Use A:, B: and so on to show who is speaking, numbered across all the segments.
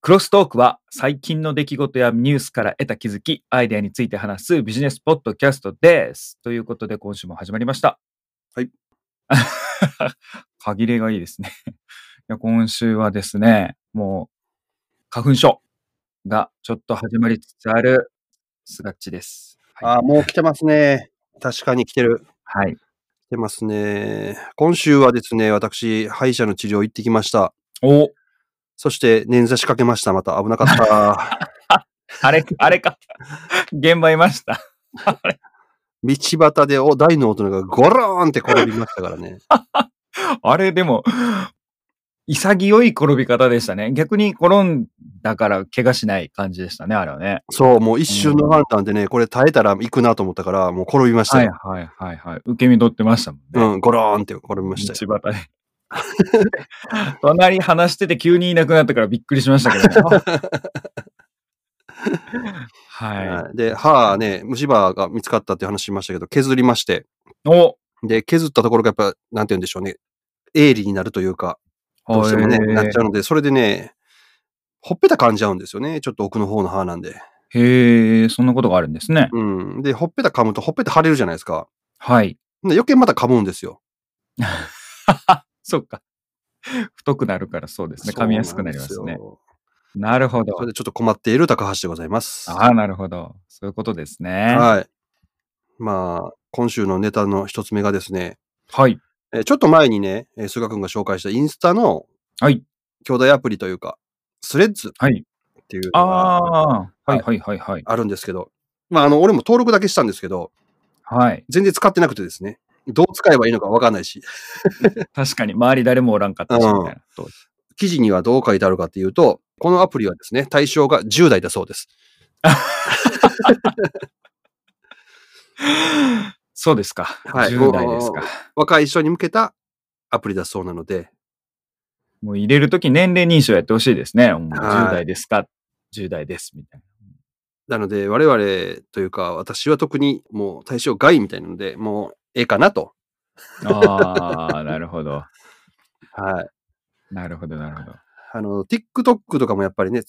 A: クロストークは最近の出来事やニュースから得た気づき、アイデアについて話すビジネスポッドキャストです。ということで今週も始まりました。
B: はい。
A: 歯切れがいいですね。いや今週はですね、もう花粉症がちょっと始まりつつあるスガッチです。はい。
B: あーもう来てますね。確かに来てる。
A: はい、
B: 来てますね。今週はですね、私、歯医者の治療行ってきました。
A: お
B: そして、捻挫しかけました。また危なか った。
A: あれ、あれ か。現場いました。
B: 道端でお大の大人がゴローンって転びましたからね。
A: あれ、でも、潔い転び方でしたね。逆に転んだから怪我しない感じでしたね、あれはね。
B: そう、もう一瞬の判断でね、これ耐えたら行くなと思ったから、もう転びました
A: はい
B: よ。
A: はいはいはい。受け身取ってましたもんね。
B: うん、ゴローンって転びましたよ。
A: 道端で。 隣話してて急にいなくなったからびっくりしましたけど ね。は
B: はいで、歯ね、虫歯が見つかったって話しましたけど、削りまして。
A: い。お
B: で、削ったところがやっぱ、なんて言うんでしょうね。鋭利になるというか、どうしてもね、なっちゃうので、それでね、ほっぺた噛んじゃうんですよね。ちょっと奥の方の歯なんで。
A: へえ、そんなことがあるんですね。
B: うん。で、ほっぺた噛むと、ほっぺた腫れるじゃないですか。
A: はい。
B: で余計また噛むんですよ。
A: そっか。太くなるからそうですね。噛みやすくなりますね
B: そ。うなんですよ
A: なるほど
B: そ。れでちょっと困っている高橋でございます。
A: ああ、なるほど。そういうことですね。
B: はい。まあ、今週のネタの一つ目がですね、
A: はい。
B: えーちょっと前にね、えー菅君が紹介したインスタの
A: はい。
B: 兄弟アプリというか、スレッズ
A: はい。
B: っていうのが
A: ああ、は
B: はい
A: いはいはいはい。
B: あるんですけど、まあ、あの、俺も登録だけしたんですけど、
A: はい。
B: 全然使ってなくてですね、どう使えばいいのかわかんないし、
A: 確かに、周り誰もおらんかったし、み
B: うん
A: たいな。そう
B: 記事にはどう書いてあるかっていうと、このアプリはですね、対象が10代だそうです。
A: そうですか。
B: はい
A: 10代ですか。
B: 若い人に向けたアプリだそうなので、
A: もう入れるとき年齢認証やってほしいですね。うん
B: はい
A: 10代ですか ?10 代です。みたい
B: なので、我々というか、私は特にもう対象外みたいなので、もうええかなと。
A: な。 ああ、なるほど。
B: はい。
A: なるほど、なるほど。
B: あの、TikTok とかもやっぱりね、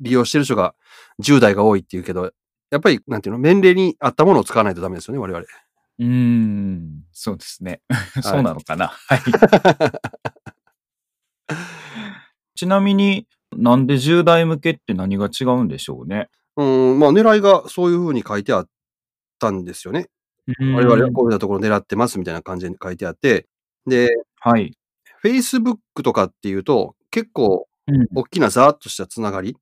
B: 利用してる人が10代が多いっていうけど、やっぱり、なんていうの、年齢に合ったものを使わないとダメですよね、我々。
A: うーん、そうですね。そうなのかな。はい。 ちなみになんで10代向けって何が違うんでしょうね。
B: うん、まあ、狙いがそういうふうに書いてあったんですよね。我々はこういうようなところを狙ってますみたいな感じに書いてあって、で、
A: はい。
B: Facebook とかっていうと、結構
A: うん
B: 大きなざーっとしたつながり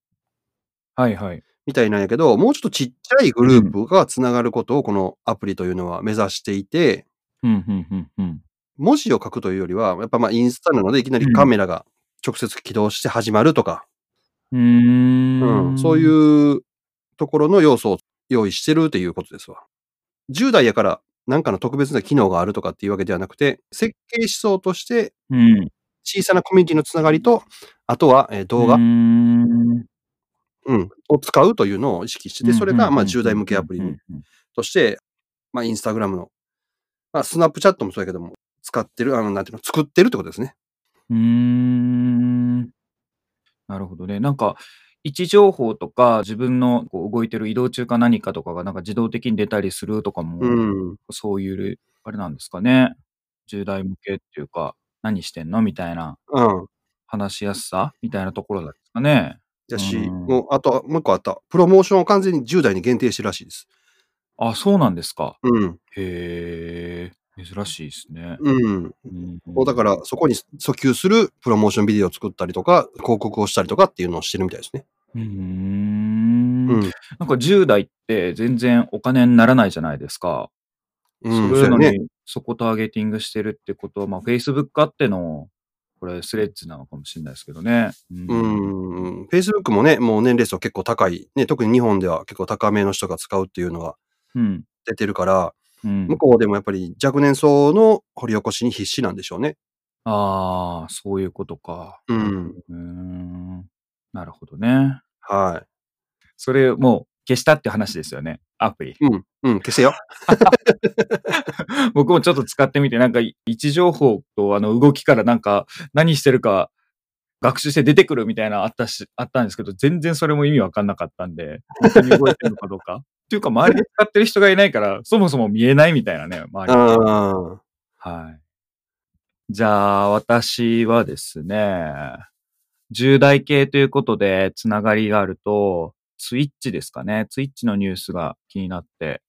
A: はいはい。
B: みたいなんやけど、もうちょっとちっちゃいグループがつながることをこのアプリというのは目指していて、
A: うん、うん、うん、うん。
B: 文字を書くというよりは、やっぱまあインスタなのでいきなりカメラが直接起動して始まるとか、
A: うーん
B: うんそう
A: う。
B: いうところの要素を用意してるっていうことですわ。10代やからなんかの特別な機能があるとかっていうわけではなくて、設計思想として
A: うん。
B: 小さなコミュニティのつながりと、あとはえー動画、
A: うーん
B: うん、を使うというのを意識してて、それがまあ10代向けアプリ。として、まあ、インスタグラムの、まあ、スナップチャットもそうやけども、使ってる、あの、なんていうの、作ってるってことですね。
A: うーん。なるほどね。なんか、位置情報とか、自分のこう動いてる移動中か何かとかが、なんか自動的に出たりするとかも、
B: うん。
A: そういう、あれなんですかね。10代向けっていうか、何してんのみたいな、
B: うん。
A: 話しやすさみたいなところなんですかね。
B: だし、
A: うん
B: もう、あとは、もう一個あった。プロモーションを完全に10代に限定してるらしいです。
A: あ、そうなんですか。
B: うん。
A: へえ、珍しいですね。
B: うん。
A: うん
B: もうだから、そこに訴求するプロモーションビデオを作ったりとか、広告をしたりとかっていうのをしてるみたいですね。
A: うー。
B: うん
A: な
B: ん。
A: んか10代って全然お金にならないじゃないですか。
B: うん。
A: そうい
B: そ
A: うう
B: や
A: の
B: ね。
A: に、そこターゲティングしてるってことは、まあ、Facebook あっての、これ、スレッズなのかもしれないですけどね。うん
B: うん。Facebook もね、もう年齢層結構高い。ね、特に日本では結構高めの人が使うっていうのが
A: うん。
B: 出てるから、
A: うん
B: 向こうでもやっぱり若年層の掘り起こしに必死なんでしょうね。
A: ああ、そういうことか。
B: うん。
A: うーん。なるほどね。
B: は
A: それ、もう、消したって話ですよね。アプリ。
B: い。うん。うん。消せよ。
A: 僕もちょっと使ってみて、なんか、位置情報と、あの、動きからなんか、何してるか、学習して出てくるみたいなのあったし、あったんですけど、全然それも意味わかんなかったんで、本当に動いてるのかどうか。っていうか、周りで使ってる人がいないから、そもそも見えないみたいなね、周り。
B: あ
A: はい。じゃあ、私はですね、重大系ということで、つながりがあると、ツイッチですかね。ツイッチのニュースが気になって、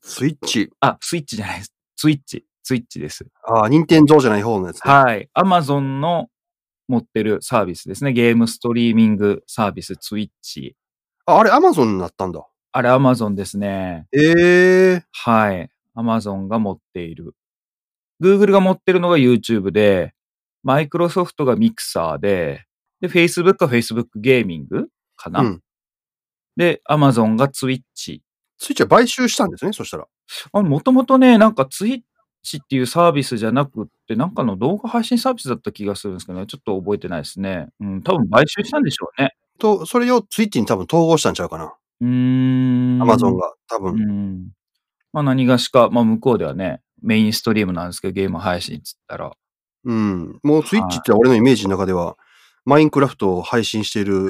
B: スイッチ。
A: あ、スイッチじゃないです。ツイッチ。ツイッチです。
B: ああ、任天堂じゃない方のやつ、ね。
A: はい。アマゾンの持ってるサービスですね。ゲームストリーミングサービス、ツイッチ。
B: ああれ、アマゾンになったんだ。
A: あれ、アマゾンですね。
B: ええ
A: はい。アマゾンが持っている。Google が持ってるのが YouTube で、Microsoft が Mixer で、で、Facebook が Facebook ゲーミングかな、
B: うん
A: で、Amazon が Twitch。
B: スイッチは買収したんですね、そしたら。
A: あもともとね、なんか Twitch っていうサービスじゃなくって、なんかの動画配信サービスだった気がするんですけどね、ちょっと覚えてないですね。うん、多分買収したんでしょうね。
B: と、それをツイッチに多分統合したんちゃうかな。
A: うーん。
B: アマゾンが多分。
A: うん。まあ何がしか、まあ向こうではね、メインストリームなんですけど、ゲーム配信っつったら、
B: うん。もうスイッチって俺のイメージの中では、マインクラフトを配信して いる、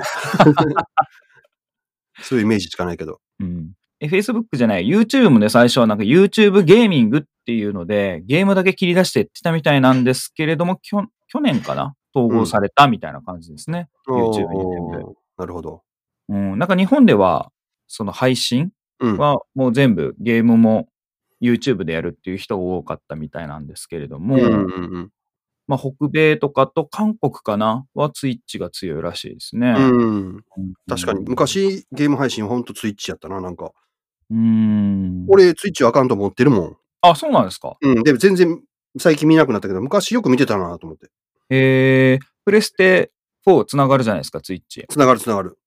B: そういうイメージしかないけど。
A: うん。え、Facebook じゃない、YouTube もね、最初はなんか YouTube ゲーミングっていうので、ゲームだけ切り出してやってたみたいなんですけれども、きょ去年かな統合されたみたいな感じですね。YouTube に全部
B: おーなるほど。
A: うん。なんか日本では、その配信
B: うん。
A: はもう全部ゲームも YouTube でやるっていう人が多かったみたいなんですけれども、
B: うんうん
A: まあ北米とかと韓国かなは Twitch が強いらしいですね。
B: うんうん、
A: うん
B: 確かに、。昔ゲーム配信ほんとツイッチやったな、なんか。
A: うん。
B: 俺ツイッチアカウント持ってるもん。
A: あ、そうなんですか。
B: うん。で、全然最近見なくなったけど、昔よく見てたなと思って。
A: えー、プレステ4つながるじゃないですか、ツイッチ。
B: つながるつながる。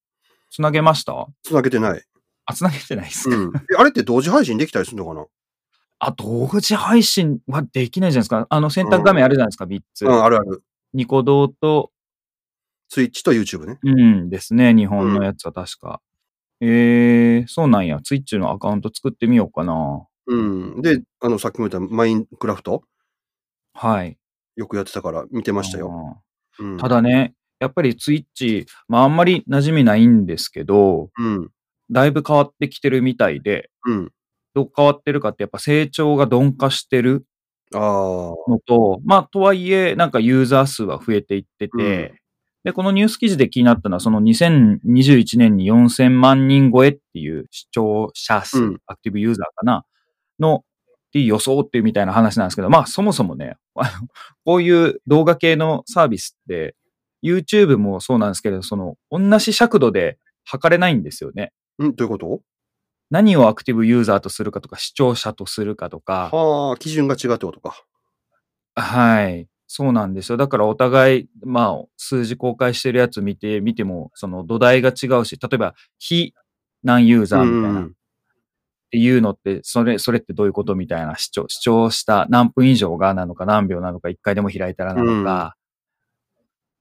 A: つなげました
B: つなげてない。
A: あ、つなげてないです
B: う
A: か。
B: ん。えあれって同時配信できたりするのかな
A: あ、同時配信はできないじゃないですか。あの、選択画面あるじゃないですか、3つ。
B: うん、あるある。
A: ニコ動と、
B: ツイッチと YouTube ね。
A: うんですね、日本のやつは確か。えー、そうなんや。ツイッチのアカウント作ってみようかな。
B: うん。で、あの、さっきも言ったマインクラフト
A: はい。
B: よくやってたから見てましたよ。
A: よ。
B: うん、
A: ただね、やっぱりツイッチ、まああんまり馴染みないんですけど、
B: うん。
A: だいぶ変わってきてるみたいで、
B: うん。
A: どう変わってるかってやっぱ成長が鈍化してる
B: ああ。
A: のと、まあとはいえなんかユーザー数は増えていってて、
B: うん
A: で、このニュース記事で気になったのはその2021年に4000万人超えっていう視聴者数、
B: うん
A: アクティブユーザーかな、のっていう予想っていうみたいな話なんですけど、まあそもそもね、 あのこういう動画系のサービスって、YouTube もそうなんですけど、その同じ尺度で測れないんですよね。
B: うん、どういうこと
A: 何をアクティブユーザーとするかとか、視聴者とするかとか、
B: はあ、基準が違うってことか。
A: はい。そうなんですよ。だからお互い、まあ、数字公開してるやつ見て、見ても、その土台が違うし、例えば、非何ユーザーみたいな
B: う
A: っ
B: ん
A: ていうのって、それ、それってどういうことみたいな、視聴、視聴した何分以上がなのか何秒なのか、一回でも開いたらなのか、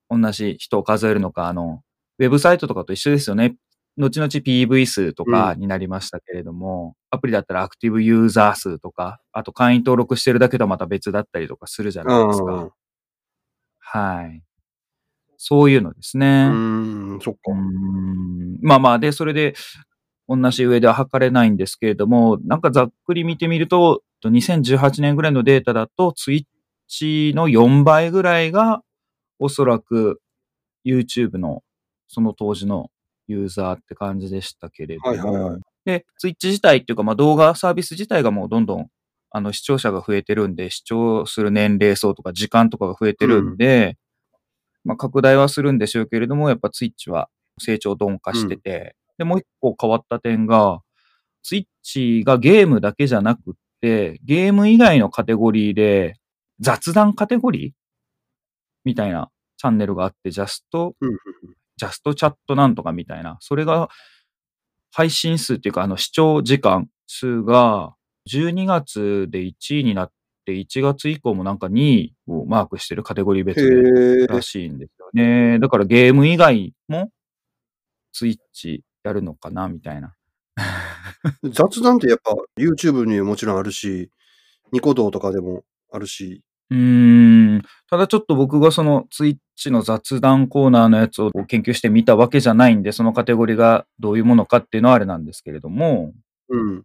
A: 同じ人を数えるのか、あの、ウェブサイトとかと一緒ですよね。後々 PV 数とかになりましたけれども、アプリだったらアクティブユーザー数とか、あと会員登録してるだけとはまた別だったりとかするじゃないですか。
B: うん
A: はい。そういうのですね。
B: うん、そっ
A: うー
B: か。
A: んまあまあ、で、それで、同じ上では測れないんですけれども、なんかざっくり見てみると、と2018年ぐらいのデータだと、ツイッチの4倍ぐらいが、おそらく YouTube の、その当時のユーザーって感じでしたけれども、
B: はいはいはい
A: で、ツイッチ自体っていうか、まあ動画サービス自体がもうどんどん、あの視聴者が増えてるんで、視聴する年齢層とか時間とかが増えてるんで、まあ拡大はするんでしょうけれども、やっぱツイッチは成長鈍化してて、で、もう一個変わった点が、ツイッチがゲームだけじゃなくって、ゲーム以外のカテゴリーで、雑談カテゴリーみたいなチャンネルがあって、ジャスト
B: うんうん
A: ジャストチャットなんとかみたいな、それが配信数っていうか、あの視聴時間数が12月で1位になって、1月以降もなんか2位をマークしてるカテゴリー別で
B: へえ。
A: らしいんですよね。だからゲーム以外もツイッチやるのかなみたいな。
B: 雑談ってやっぱ YouTube にもちろんあるし、ニコ動とかでもあるし。
A: うーん。ただちょっと僕がそのツイッちの雑談コーナーのやつを研究してみたわけじゃないんで、そのカテゴリーがどういうものかっていうのはあれなんですけれども、
B: うん。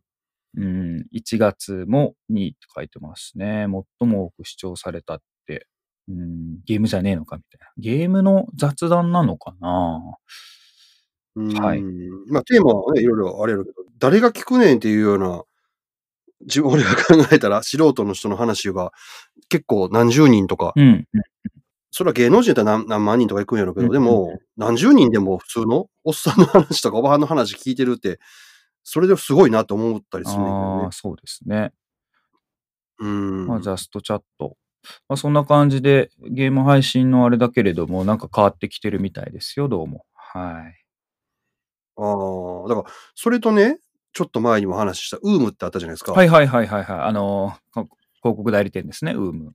A: うん、1月も2位って書いてますね。最も多く視聴されたって。うん、ゲームじゃねえのかみたいな。ゲームの雑談なのかな
B: うん
A: はい。
B: まあ、テーマはね、いろいろあれやるけど、誰が聞くねんっていうような、自分、俺が考えたら、素人の人の話が、結構何十人とか、
A: うん。
B: それは芸能人だったら何何万人とか行くんやろうけ
A: う
B: ど、
A: ん
B: でも、何十人でも普通のおっさんの話とかおばはんの話聞いてるって、それですごいなと思ったりするんだけど
A: あ
B: ね
A: あ、。そうですね。
B: うん。
A: まあ、ジャストチャット。まあ、そんな感じで、ゲーム配信のあれだけれども、なんか変わってきてるみたいですよ、どうも。はい。
B: ああ、だから、それとね、ちょっと前にも話した、ウームってあったじゃないですか。
A: はいはいはいはいはい。あのーか広告代理店ですね、ウーム。
B: 広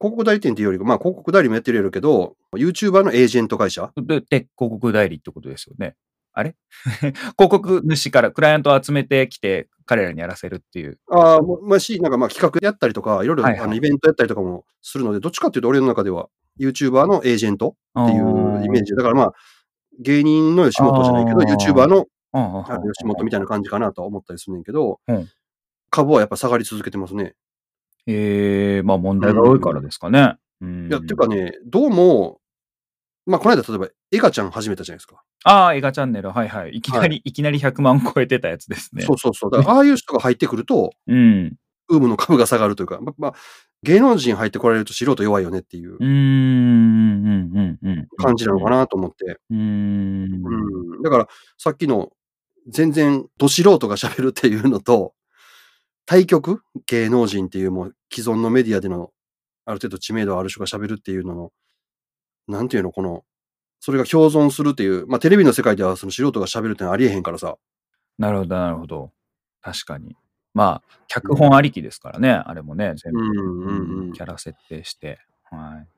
B: 告代理店っていうよりか、まあ、広告代理もやってるやろうけど、YouTuber のエージェント会社。
A: で、で広告代理ってことですよね。あれ 広告主からクライアントを集めてきて、彼らにやらせるっていう。
B: ああ、もまあ、し、なんかまあ企画やったりとか、いろいろ、
A: はいはい
B: あのイベントやったりとかもするので、どっちかっていうと、俺の中では、YouTuber のエージェントっていうイメージ。だからまあ、芸人の吉本じゃないけど、
A: あー
B: YouTuber の
A: あー。
B: あの吉本みたいな感じかなとは思ったりするねんけど、
A: うん
B: 株はやっぱ下がり続けてますね。
A: ええまあ問題が多いからですかね。うん
B: いや、っていうかね、どうも、まあ、この間、例えば、エガちゃん始めたじゃないですか。
A: ああ、映画チャンネル、はいはい。いきなり、い、きなり100万超えてたやつですね。
B: そうそうそう。だから、ああいう人が入ってくると、
A: うん。
B: ウームの株が下がるというか、ままあ、芸能人入ってこられると素人弱いよねっていう
A: うーんうんうんうんうん
B: 感じなのか
A: な。
B: なと思って。
A: うーん。
B: うん。だから、さっきの、全然、ど素人が喋るっていうのと、対局芸能人っていうもう既存のメディアでの、ある程度知名度ある人が喋るっていうのの、なんていうの、この、それが共存するっていう、まあ、テレビの世界ではその素人が喋るってのはありえへんからさ。
A: なるほど、なるほど。確かに。まあ、脚本ありきですからね、あれもね、全
B: う
A: 部、
B: んうんうん
A: キ。ャラ設定して。はい。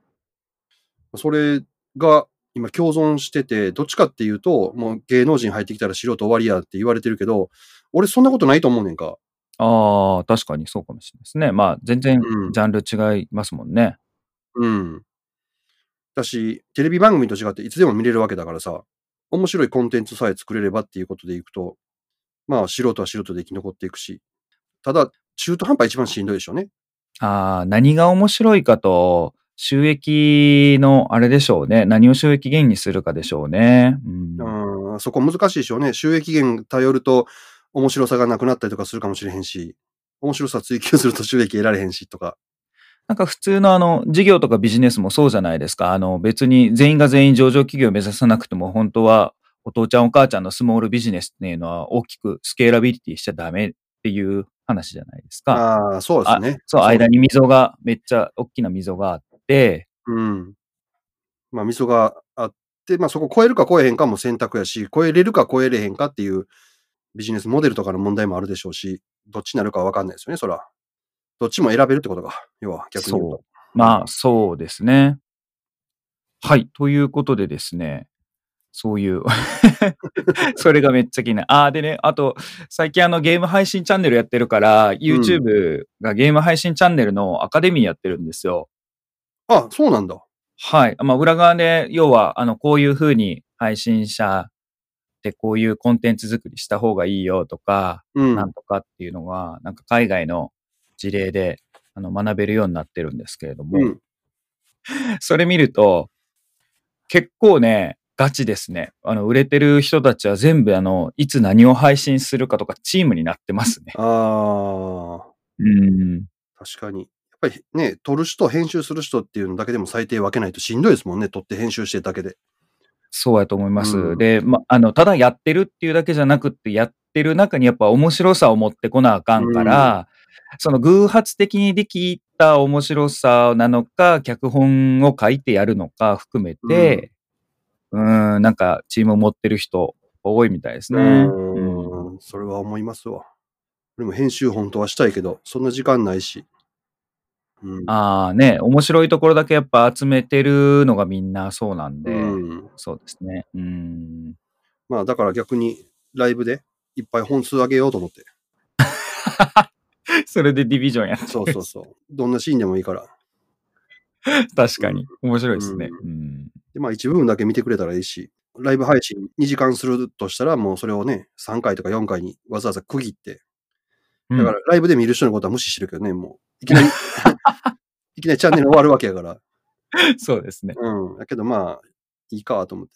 B: それが今共存してて、どっちかっていうと、もう芸能人入ってきたら素人終わりやって言われてるけど、俺そんなことないと思うねんか。
A: ああ、確かにそうかもしれないですね。まあ、全然、
B: うん
A: ジャンル違いますもんね。
B: うん。だし、テレビ番組と違っていつでも見れるわけだからさ、面白いコンテンツさえ作れればっていうことでいくと、まあ素人は素人で生き残っていくし、ただ中途半端一番しんどいでしょうね。
A: ああ、何が面白いかと、収益の、あれでしょうね。何を収益源にするかでしょうね。うん。
B: うん、そこ難しいでしょうね。収益源頼ると面白さがなくなったりとかするかもしれへんし、面白さ追求すると収益得られへんしとか。
A: なんか普通のあの、事業とかビジネスもそうじゃないですか。あの、別に全員が全員上場企業を目指さなくても、本当はお父ちゃんお母ちゃんのスモールビジネスっていうのは大きくスケーラビリティしちゃダメっていう話じゃないですか。
B: ああ、そうですね。
A: そう、
B: そう
A: 間に溝が、めっちゃ大きな溝があって、
B: うん。まあ、溝があって、まあ、そこ超えるか超えへんかも選択やし、超えれるか超えれへんかっていうビジネスモデルとかの問題もあるでしょうし、どっちになるかはわかんないですよね、そら。どっちも選べるってことか。要は、逆に言うと。
A: まあ、そうですね。はい。ということでですね。そういう。 それがめっちゃ気になる。ああ、でね、あと、最近あのゲーム配信チャンネルやってるから、YouTube がゲーム配信チャンネルのアカデミーやってるんですよ。
B: あ、そうなんだ。
A: はい。まあ、裏側で、要は、あの、こういう風に配信者でこういうコンテンツ作りした方がいいよとか、
B: うん。
A: なんとかっていうのが、なんか海外の事例で、あの、学べるようになってるんですけれども、
B: うん。
A: それ見ると、結構ね、ガチですね。あの、売れてる人たちは全部、あの、いつ何を配信するかとか、チームになってますね。
B: ああ、
A: うん。
B: 確かに。やっぱりね、撮る人、編集する人っていうのだけでも最低分けないとしんどいですもんね。撮って編集してるだけで。
A: そうやと思います。
B: うん
A: で、ま、あの、ただやってるっていうだけじゃなくって、やってる中にやっぱ面白さを持ってこなあかんから、その偶発的にできた面白さなのか、脚本を書いてやるのか含めて、うん、ん、なんかチームを持ってる人多いみたいですね。うん
B: うーん、それは思いますわ。でも編集本当はしたいけど、そんな時間ないし。うん。
A: ああね、面白いところだけやっぱ集めてるのがみんなそうなんで、
B: うん、
A: そうですね。うん。
B: まあだから逆にライブでいっぱい本数上げようと思って。
A: それでディビジョンやってる
B: そうそうそう。どんなシーンでもいいから。
A: 確かに。面白いですね。うん。
B: で、まあ一部分だけ見てくれたらいいし、ライブ配信2時間するとしたら、もうそれをね、3回とか4回にわざわざ区切って、
A: うん
B: だからライブで見る人のことは無視してるけどね、もう。いきなり、 いきなりチャンネル終わるわけやから。
A: そうですね。
B: うん。だけどまあ、いいかと思って。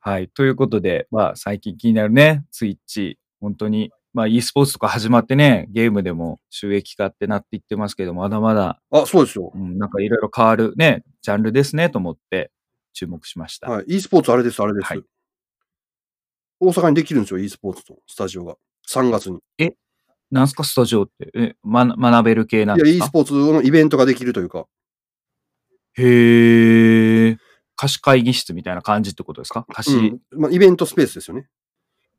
A: はい。ということで、まあ、最近気になるね、ツイッチ。本当に、まあ、e スポーツとか始まってね、ゲームでも収益化ってなっていってますけど、まだまだ、
B: あ、そうですよ
A: う。ん、なんかいろいろ変わるね、ジャンルですね、と思って注目しました。
B: はい。e スポーツあれです、あれです。
A: はい
B: 大阪にできるんですよ、e スポーツのスタジオが。3月に。
A: なんすか、スタジオって、え、ま、学べる系なん
B: い
A: で
B: や、
A: す
B: e
A: か
B: スポーツのイベントができるというか、
A: へー。貸し会議室みたいな感じってことですか貸し、
B: うんまあ、イベントスペースですよね。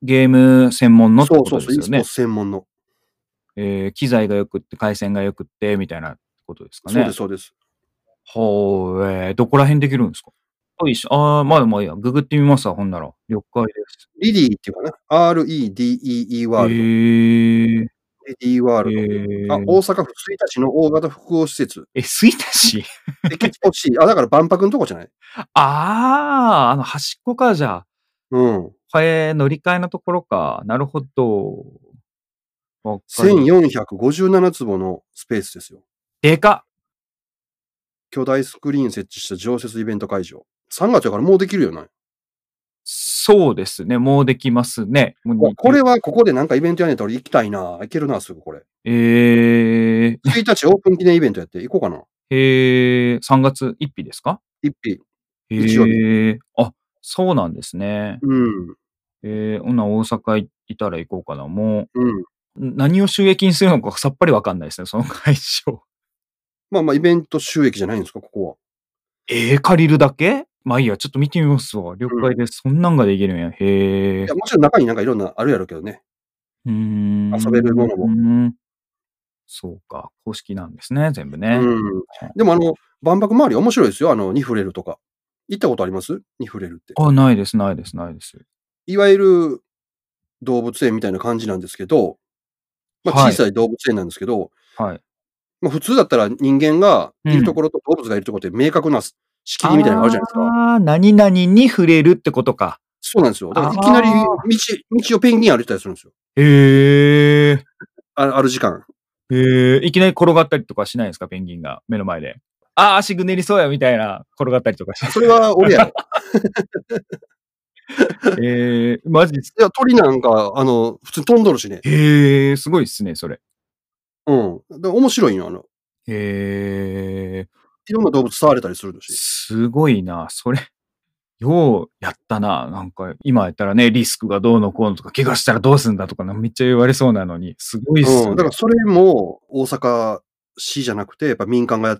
A: ゲーム専門のって
B: そ
A: こ
B: うそ
A: とで
B: うそう、
A: すよ
B: e スポー
A: ね。
B: ツ専門の。
A: えー機材がよくって、回線がよくって、みたいなことですかね。
B: そうです、そうです。
A: ほう、えー、どこら辺できるんですかよいしょ。ああ、まだまあいいや。ググってみますわ、ほんなら。了解です。
B: リディっていうかな、REDEE ワールド。
A: えー、
B: レディーワー
A: え
B: ルド。
A: ー、
B: あ、大阪府吹田市の大型複合施設。
A: え、吹田市
B: で、結構しい。あ、だから万博のとこじゃない
A: ああ、あの端っこか、じゃ
B: うん。
A: あ。えー、乗り換えのところか。なるほど。わかる
B: 1457坪のスペースですよ。
A: でかっ
B: 巨大スクリーン設置した常設イベント会場。3月やからもうできるよな。
A: そうですね。もうできますね。もう
B: うわ
A: に
B: これはここでなんかイベントやねんと俺行きたいな。行けるな、すぐ これ。
A: えー、
B: 1日オープン記念イベントやって行こうかな。
A: えー、3月1日ですか
B: 一日。
A: え
B: 日曜日
A: ー、あ、そうなんですね。
B: うん。
A: えー、ほな大阪行ったら行こうかな。も
B: うん。
A: う、ん何を収益にするのかさっぱりわかんないですね、その会場。
B: まあまあイベント収益じゃないんですか、ここは。
A: えー、借りるだけまあいいや、ちょっと見てみますわ。了解です。そんなんができるんや。へえ
B: いや、。もちろん中になんかいろんなあるやろうけどね。
A: うーん。
B: 遊べるものも
A: も。そうか。公式なんですね、全部ね。
B: うん。でもあの、万博周り面白いですよ。あの、ニフレルとか。行ったことありますニフレルって。
A: あ、ないです、ないです、ないです。
B: いわゆる動物園みたいな感じなんですけど、まあ、
A: はい
B: 小さい動物園なんですけど、
A: はい。
B: まあ、普通だったら人間がいるところと動物がいるところって明確な仕切りみたいなのがあるじゃないですか。
A: ああ、何々に触れるってことか。
B: そうなんですよ。だからいきなり
A: あ
B: 道、道をペンギン歩いたりするんですよ。
A: へえ。
B: あある時間。
A: へえ。いきなり転がったりとかしないんですか、ペンギンが。目の前で。ああ、足ぐねりそうや、みたいな。転がったりとかしない
B: それは 俺やろ。
A: えー、マジですか
B: いや、鳥なんか、あの、普通に飛んどるしね。
A: へえー、すごいっすね、それ。
B: うん。で面白いよ、あの。
A: へえー、
B: いろんな動物触れたりするし。
A: すごいな、それ。ようやったな。なんか、今やったらね、リスクがどうのこうのとか、怪我したらどうすんだとかな、めっちゃ言われそうなのに、すごいっす
B: うん。だ
A: ね。
B: からそれも大阪市じゃなくて、やっぱ民間がや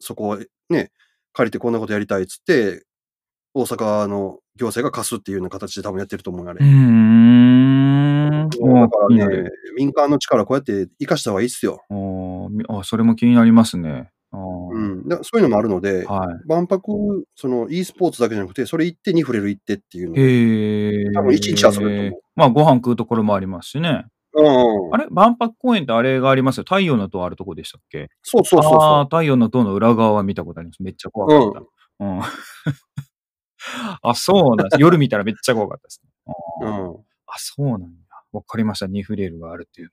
B: そこをね、借りてこんなことやりたいっつって、大阪の行政が貸すっていうような形で多分やってると思うよあ
A: うー
B: れ。
A: ん。
B: だ
A: おー
B: か
A: 気に
B: ら
A: な
B: ね
A: る。、
B: 民間の力をこうやって生かした方がいいっすよ。
A: おーみあ、それも気になりますね。あー
B: うん。だからそういうのもあるので、
A: は
B: 万博、その e スポーツだけじゃなくて、それ行ってに触れる行ってっていう
A: い。
B: の。
A: へえー。
B: 多分一日遊べると思う
A: まあ、ご飯食うところもありますしね。
B: うん。
A: あれ万博公園ってあれがありますよ。太陽の塔あるとこでしたっけ
B: そうそうそう
A: ああー、
B: そ
A: 太陽の塔の裏側は見たことあります。めっちゃ怖かった。うん。 あ、そうなんです。夜見たらめっちゃ怖かったです、ね。
B: う。
A: あー
B: うん。
A: あ、そうなんだ。わかりました。ニフレールがあるっていう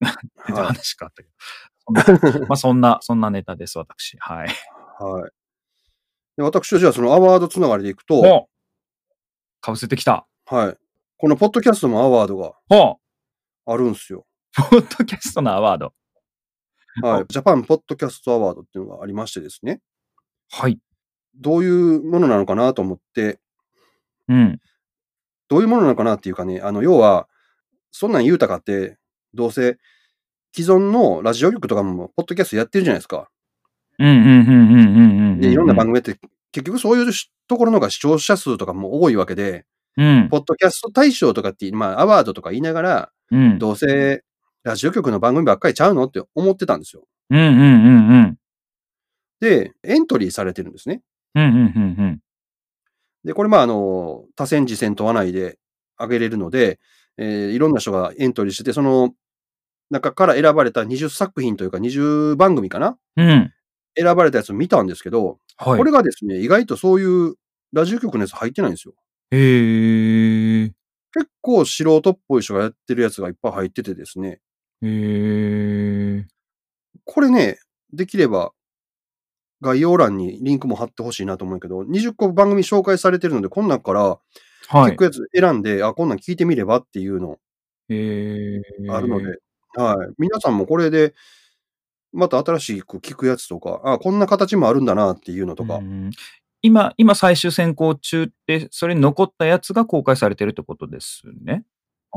B: は
A: 話があったけど。そん なまあ、そんな、そんなネタです、私。はい。
B: い。はい、で私はじゃあそのアワードつながりでいくと、
A: おかぶせてきた。
B: はい。このポッドキャストもアワードが
A: お
B: あるんですよ。
A: ポッドキャストのアワード。
B: はい。ジャパンポッドキャストアワードっていうのがありましてですね。
A: はい。
B: どういうものなのかなと思って、
A: うん。
B: どういうものなのかなっていうかね、あの、要は、そんなん言うたかって、どうせ、既存のラジオ局とかも、ポッドキャストやってるじゃないですか。
A: うんうんうんうんうんうんうん。
B: で、いろんな番組やって、結局そういうしところのが視聴者数とかも多いわけで、
A: うん。
B: ポッドキャスト大賞とかって、まあ、アワードとか言いながら、
A: うん。
B: どうせ、ラジオ局の番組ばっかりちゃうのって思ってたんですよ。
A: うんうんうんうん。
B: で、エントリーされてるんですね。
A: うんうんうんうん。
B: で、これ、まあ、あの、多選次選問わないで上げれるので、えーいろんな人がエントリーしてて、その中から選ばれた20作品というか20番組かな
A: うん。
B: 選ばれたやつを見たんですけど、
A: はい。
B: これがですね、意外とそういうラジオ局のやつ入ってないんですよ。
A: えー、
B: 結構素人っぽい人がやってるやつがいっぱい入っててですね、
A: えー、
B: これね、できれば概要欄にリンクも貼ってほしいなと思うけど、20個番組紹介されてるので、こん中から
A: は
B: 聞
A: い。
B: くやつ選んで、あ、こんなん聞いてみればっていうの
A: えー、
B: あるので、はい。皆さんもこれで、また新しく聞くやつとか、あ、こんな形もあるんだなっていうのとか、
A: うん今、今最終選考中って、それに残ったやつが公開されてるってことですね。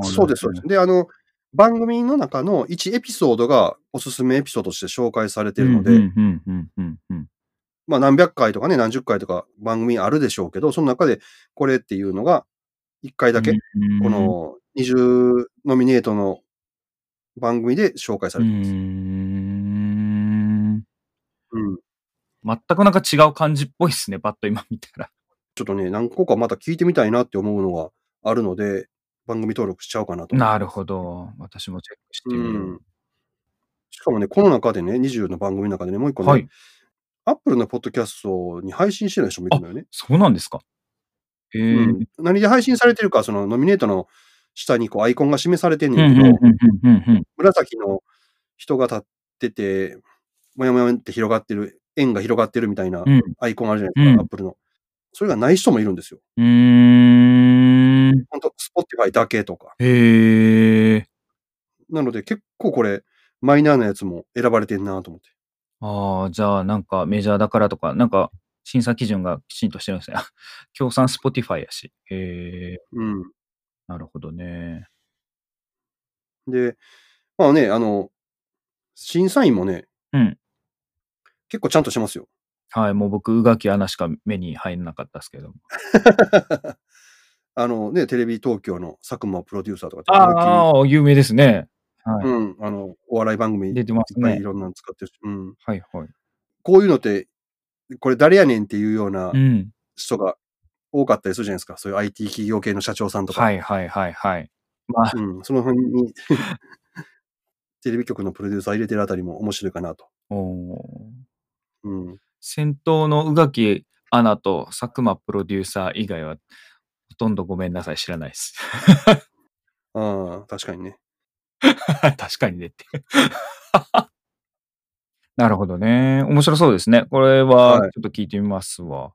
B: そうです、そうです。で、あの、番組の中の1エピソードがおすすめエピソードとして紹介されてるので、
A: うんうんうんうんうん
B: まあ何百回とかね、何十回とか番組あるでしょうけど、その中でこれっていうのが1回だけ、
A: うん
B: この20ノミネートの番組で紹介さ
A: う
B: れてます。
A: ん
B: うん
A: 全くなんか違う感じっぽいですね、パッと今見たら。
B: ちょっとね、何個かまた聞いてみたいなって思うのがあるので、番組登録しちゃおうかなと。
A: なるほど。私もチェックしてみ
B: う
A: る
B: ん。しかもね、この中でね、20の番組の中でね、もう一個ね、
A: はい。
B: アップルのポッドキャストに配信してない人もいるんだよね。
A: そうなんですか。へえー。
B: うん何で配信されてるか、そのノミネートの下にこうアイコンが示されてん
A: うん
B: ねん
A: う
B: け
A: ん
B: ど、
A: うんうんうん
B: 紫の人が立ってて、もやもやって広がってる、円が広がってるみたいな
A: うん
B: アイコンあるじゃないです
A: うん
B: か、アップルの。それがない人もいるんですよ。
A: うーん。
B: 本当スポティファイだけとか。
A: へえ。
B: なので結構これ、マイナーなやつも選ばれてんなと思って。
A: ああ、じゃあなんかメジャーだからとか、なんか審査基準がきちんとしてるんですね。 あ協賛スポティファイやし。へえ。
B: うん。
A: なるほどね。
B: で、まあね、あの、審査員もね、
A: うん
B: 結構ちゃんとしてますよ。
A: はい。もう僕、うがき穴しか目に入んなかったですけども。
B: あのね、テレビ東京の佐久間プロデューサーとかって
A: ああ、有名ですね。はい。
B: うん、あの、お笑い番組、い
A: 出
B: って
A: ます
B: ぱい
A: ね
B: い。ろんなの使ってるし、うん。
A: はいはい。
B: こういうのって、これ誰やねんっていうような
A: うん。
B: 人が多かったりするじゃないですか。そういう IT 企業系の社長さんとか。
A: はいはいはいはい。まあ、
B: うん、その辺に、 テレビ局のプロデューサー入れてるあたりも面白いかなと。
A: おー
B: うん。
A: 先頭の宇垣アナと佐久間プロデューサー以外は、ほとんどごめんなさい、知らないです。
B: ああ、確かにね。
A: 確かにねって。 なるほどね。面白そうですね。これは、
B: はい
A: ちょっと聞いてみますわ。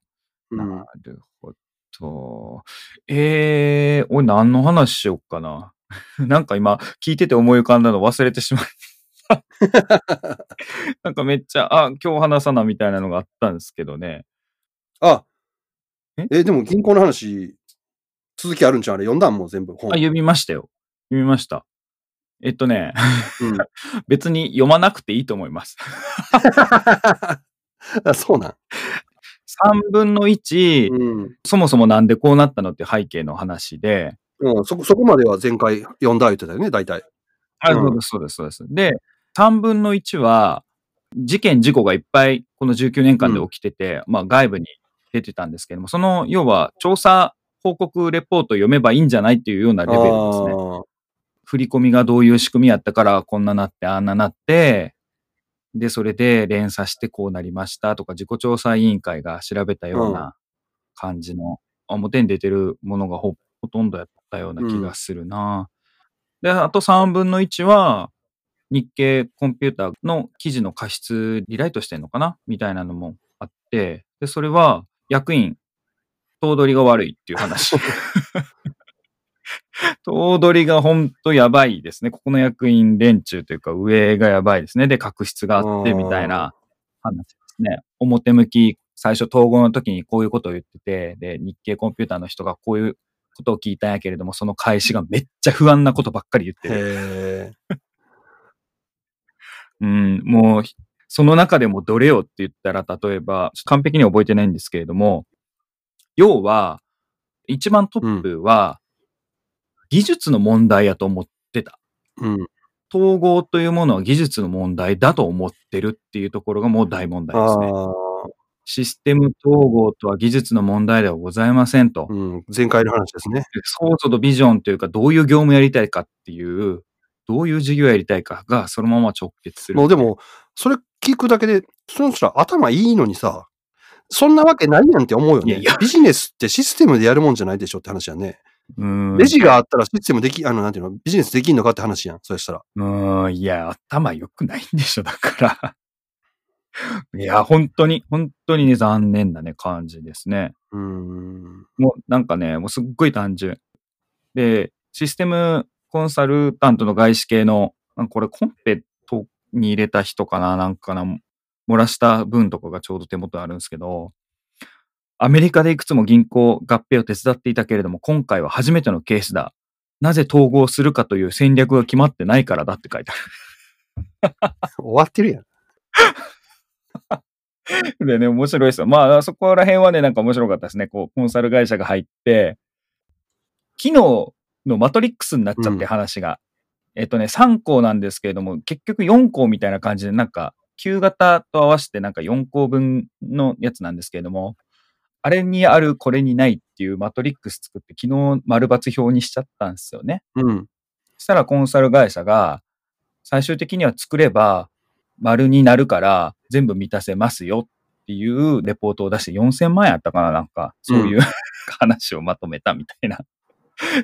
B: うん
A: な。るほど。えー、俺何の話しよっかな。 なんか今、聞いてて思い浮かんだの忘れてし まった。なんかめっちゃ、あ、今日話さなみたいなのがあったんですけどね。
B: あ
A: え
B: え、でも銀行の話、続きあるんちゃうあれ読んだんもう全部本。
A: あ、読みましたよ。読みました。えっとね、
B: うん
A: 別に読まなくていいと思います。
B: あそうなん。
A: 3分の1、
B: うん。
A: そもそもなんでこうなったのって背景の話で、
B: うん、そこ、そこまでは前回読んだ言ってたよね、大体。
A: あ、
B: うん
A: そうです、そうです、そうです。で、3分の1は、事件、事故がいっぱい、この19年間で起きてて、まあ外部に出てたんですけども、その、要は、調査報告レポート読めばいいんじゃないっていうようなレベルですね。
B: あー
A: 振り込みがどういう仕組みやったから、こんななって、あんななって、で、それで連鎖してこうなりましたとか、自己調査委員会が調べたよう
B: う
A: な感じの、表に出てるものがほほとんどやったような気がするな。で、あと3分の1は、日経コンピューターの記事の過失リライトしてんのかなみたいなのもあって、で、それは役員、頭取が悪いっていう話。頭取が本当やばいですね。ここの役員連中というか上がやばいですね。で、確執があってみたいな話ですね。表向き、最初統合の時にこういうことを言ってて、で、日経コンピューターの人がこういうことを聞いたんやけれども、その返しがめっちゃ不安なことばっかり言ってる。
B: へえ。
A: うん、もう、その中でもどれよって言ったら、例えば、ちょっと完璧には覚えてないんですけれども、要は、一番トップは、技術の問題やと思ってた。
B: うん。
A: 統合というものは技術の問題だと思ってるっていうところがもう大問題で
B: あ
A: す
B: あ
A: ね。システム統合とは技術の問題ではございませんと。
B: ー、うん。前回の話ですね。
A: 想像とビジョンというか、どういう業務やりたいかっていう、どういう事業やりたいかがそのまま直結する。
B: もうでも、それ聞くだけで、その人ら頭いいのにさ、そんなわけないやんって思うよね。
A: いやいや
B: ビジネスってシステムでやるもんじゃないでしょって話やね。
A: うん
B: レジがあったらシステムでき、あの、なんていうの、ビジネスできんのかって話やん。そうしたら。
A: うん、いや、頭良くないんでしょ、だから。い や、本当に、本当にね、残念なね、感じですね。
B: うーん。
A: もう、なんかね、もうすっごい単純。で、システムコンサルタントの外資系の、あこれコンペとに入れた人かな、なんかな、漏らした分とかがちょうど手元にあるんですけど、アメリカでいくつも銀行合併を手伝っていたけれども、今回は初めてのケースだ。なぜ統合するかという戦略が決まってないからだって書いてある
B: 終わってるやん。
A: でね、面白いですよ。まあ、そこら辺はね、なんか面白かったですね。こう、コンサル会社が入って、機能のマトリックスになっちゃっ
B: うん
A: て話が。えっとね、3項なんですけれども、結局4項みたいな感じで、なんか、旧型と合わせてなんか4項分のやつなんですけれども、あれにある、これにないっていうマトリックス作って、昨日丸抜表にしちゃったんですよね。
B: うん。
A: そしたらコンサル会社が、最終的には作れば丸になるから全部満たせますよっていうレポートを出して4000万円あったかななんか、そういう、話をまとめたみたいな。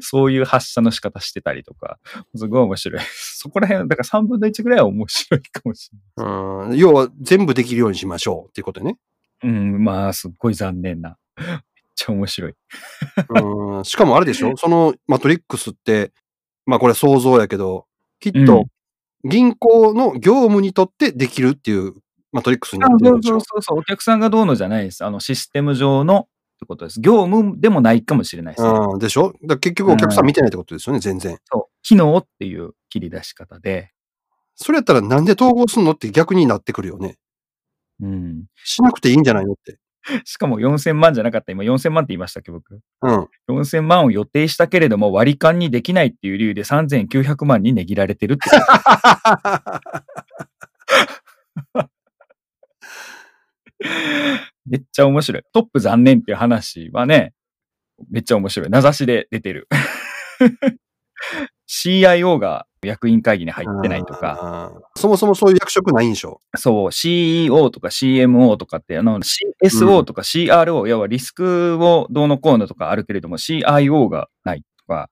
A: そういう発射の仕方してたりとか、すごい面白い。そこら辺、だから3分の1ぐらいは面白いかもし
B: うーん要は全部できるようにしましょうっていうことね。
A: れない。うん、まあ、すっごい残念な。めっちゃ面白い。
B: うーんしかもあれでしょそのマトリックスって、まあこれ想像やけど、きっ
A: う
B: と銀行の業務にとってできるっていうマトリックスになってる
A: そ
B: ん
A: う
B: でしょ
A: そうそうそう、お客さんがどうのじゃないです。あの、システム上のってことです。業務でもないかもしれないですね。
B: うんでしょだから結局お客さん見てないってことですよね、全然。
A: そう、機能っていう切り出し方で、
B: それやったらなんで統合するのって逆になってくるよね。
A: うん。
B: しなくていいんじゃないのって。
A: しかも4000万じゃなかった。今4000万って言いましたっけ、僕。
B: うん。
A: 4000万を予定したけれども割り勘にできないっていう理由で3900万に値切られてる って。めっちゃ面白い。トップ残念っていう話はね、めっちゃ面白い。名指しで出て る。CIO が役員会議に入ってないとか、
B: か。そもそもそういう役職ないんでしょ
A: そう、CEO とか CMO とかって、あの、CSO とか CRO、要はリスクをどうのこうのとかあるけれども、CIO がないとか、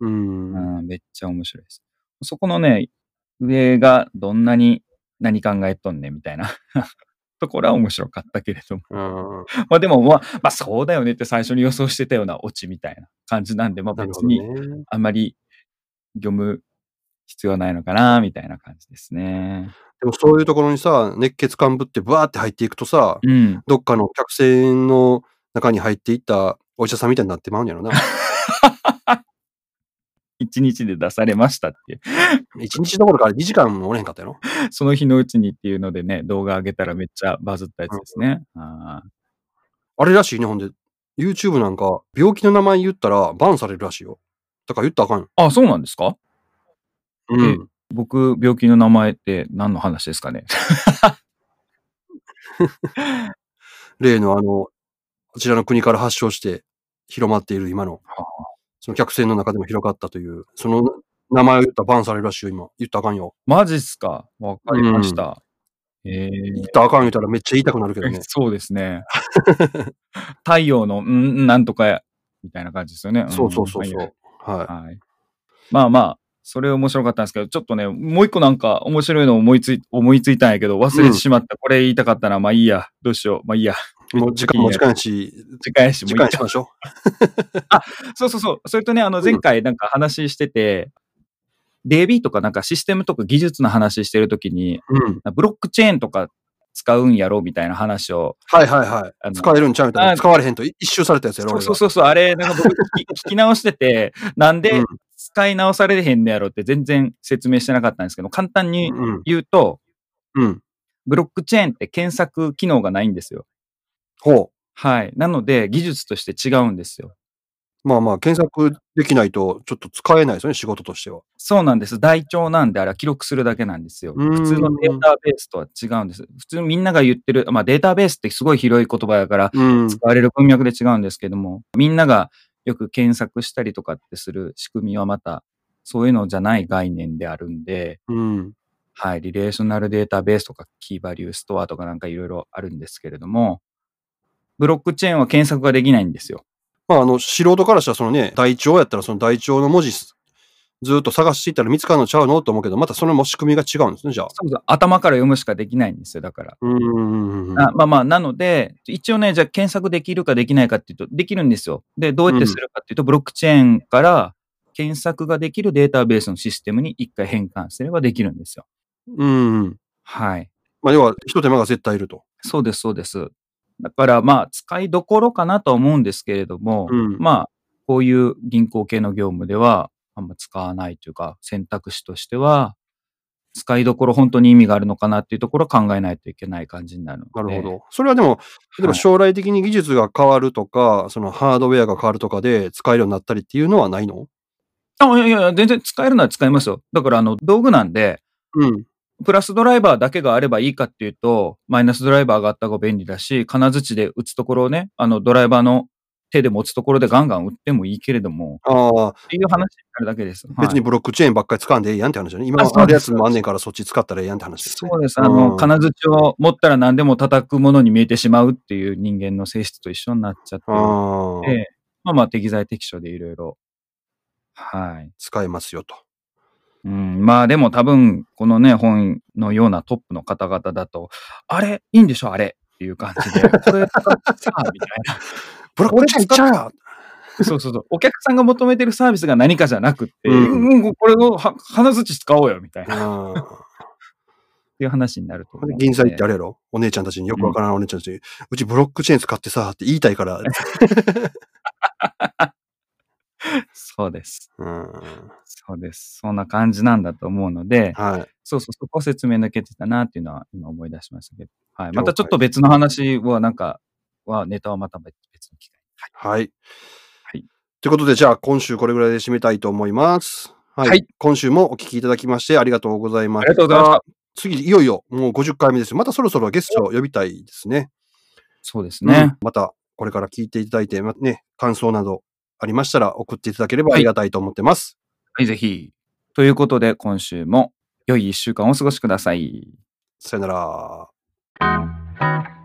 B: う。
A: うんん、めっちゃ面白いです。そこのね、上がどんなに何考えとんねんみたいな ところは面白かったけれども。
B: うん。
A: まあでも、まあ、まあそうだよねって最初に予想してたようなオチみたいな感じなんで、まあ
B: なる
A: 別
B: ほど
A: に
B: ね。
A: あんまり読む必要はないのかな、みたいな感じですね。
B: でもそういうところにさ、熱血幹部ってバーって入っていくとさ、
A: うん。
B: どっかの客船の中に入っていったお医者さんみたいになってまうんや ろな。
A: 一日で出されましたっていう。
B: 一日どころか2時間もおれへんかったやろ。
A: その日のうちにっていうのでね、動画上げたらめっちゃバズったやつですね。あー
B: あれらしいね、ほんで。YouTube なんか、病気の名前言ったらバンされるらしいよ。だから言ったらあかんよ。
A: あ、そうなんですか
B: うん。
A: 僕、病気の名前って何の話ですかね
B: 例のあの、こちらの国から発症して広まっている今の
A: は、
B: その客船の中でも広がったという、その名前を言ったらバンされるらしいよ、今。言ったらあかんよ。
A: マジっすかわかりました。えー。
B: 言ったらあかん言ったらめっちゃ言いたくなるけどね
A: そうですね。太陽の、んなんとか、みたいな感じですよね。ん
B: そうそうそうそ。
A: はいう
B: は
A: はい。まあまあ、それ面白かったんですけど、ちょっとね、もう一個なんか面白いの思いつい、思いついたんやけど、忘れてしまった。これ言いたかったな。まあいいや。どうしよう。まあいいや。
B: い。もう時間も時間やし、
A: 次回やし、も
B: 時
A: ういい
B: 間
A: や
B: にしましょ
A: そうそうそう。それとね、あの、前回なんか話してて、DB とかなんかシステムとか技術の話してるときに、
B: う。うん。
A: ブロックチェーンとか使うんやろみたいな話を、
B: はいはいはい。
A: あの
B: 使えるんちゃうみたい
A: あ
B: な。使われへんとい一周されたやつやろ。
A: そうそうそうそう、あれ、なんか僕聞き聞き直してて、なん
B: 俺
A: で
B: が
A: 使い直されへんのやろって全然説明してなかったんですけど、簡単に
B: うん。うん。
A: 言うと、
B: うん。
A: ブロックチェーンって検索機能がないんですよ。
B: ほ
A: はい。なので、技術として違うんですよ。
B: う。まあまあ、検索できないと、ちょっと使えないですよね、仕事としては。
A: そうなんです。台帳なんで、あれは記録するだけなんですよ。
B: うーん
A: 普通のデータベースとは違うんです。普通みんなが言ってる、まあデータベースってすごい広い言葉やから、
B: うん。
A: 使われる文脈で違うんですけども、みんながよく検索したりとかってする仕組みはまた、そういうのじゃない概念であるんで、
B: うん。
A: はい、リレーショナルデータベースとか、キーバリューストアとかなんかいろいろあるんですけれども、ブロックチェーンは検索ができないんですよ。
B: まあ、あの、素人からしたら、そのね、台帳やったら、その台帳の文字す、ずっと探していったら見つかるのちゃうのと思うけど、またそれも仕組みが違うんですね、じゃあ。
A: そうそう頭から読むしかできないんですよ、だから。
B: うんうんうんうん。
A: あまあまあ、なので、一応ね、じゃあ検索できるかできないかっていうと、できるんですよ。で、どうやってするかっていうと、ブロックチェーンから検索ができるデータベースのシステムに一回変換すればできるんですよ。
B: うんうん。
A: はい。
B: まあ、要は、一手間が絶対いると。
A: そうです、そうです。だから、まあ、使いどころかなとは思うんですけれども、
B: うん
A: まあ、こういう銀行系の業務では、あんま使わないというか、選択肢としては、使いどころ本当に意味があるのかなっていうところを考えないといけない感じになる
B: な
A: ので。
B: るほど。それはでも、例えば
A: はい
B: 将来的に技術が変わるとか、そのハードウェアが変わるとかで使えるようになったりっていうのはないの
A: あ、いやいや、全然使えるのは使えますよ。だから、あの、道具なんで、
B: うん。
A: プラスドライバーだけがあればいいかっていうと、マイナスドライバーがあった方が便利だし、金槌で打つところをね、あの、ドライバーの手で持つところでガンガン打ってもいいけれども、
B: あ
A: っていう話になるだけです。
B: あ、別
A: は
B: に
A: い、
B: ブロックチェーンばっかり使んでええやんって話だね。今
A: あそうです
B: あるやつもあんねんからそっち使ったらええやんって話です、ね。
A: そうです。
B: うん
A: あの、金槌を持ったら何でも叩くものに見えてしまうっていう人間の性質と一緒になっちゃってるの
B: ああ、
A: で、まあまあ適材適所でいろいろ。はい。
B: 使えますよと。
A: うん、まあでも多分、このね、本のようなトップの方々だと、あれいいんでしょあれっていう感じで、これ使ってさ、みたいな。
B: ブロックチェーンいっちゃうや
A: そうそうそう。お客さんが求めてるサービスが何かじゃなくって、う
B: うん
A: ん、うんこれをは鼻槌使おうよ、みたいな、っ
B: あ
A: ていう話になると思
B: あ
A: うので。
B: 銀座行ってあれやろお姉ちゃんたちによくわからないお姉ちゃんたちに、うちブロックチェーン使ってさって言いたいから。
A: そうです。
B: うん、
A: そうです。そんな感じなんだと思うので、
B: はい。
A: そうそう、そこ説明抜けてたなっていうのは今思い出しましたけど。はい。
B: 了解
A: またちょっと別の話は、なんか、は、ネタはまた別の機会。
B: はい。
A: はい
B: ということで、じゃあ今週これぐらいで締めたいと思います。は
A: はい
B: 今週もお聞きいただきましてありがとうございました。
A: ありがとうございました
B: 次、いよいよもう50回目ですよ。またそろそろゲストを呼びたいですね。
A: そうですね。
B: うんまたこれから聞いていただいて、まね、感想などありましたら送っていただければありがたいと思ってます。
A: はい、ぜひ。ということで、今週も良い一週間をお過ごしください。
B: さよなら。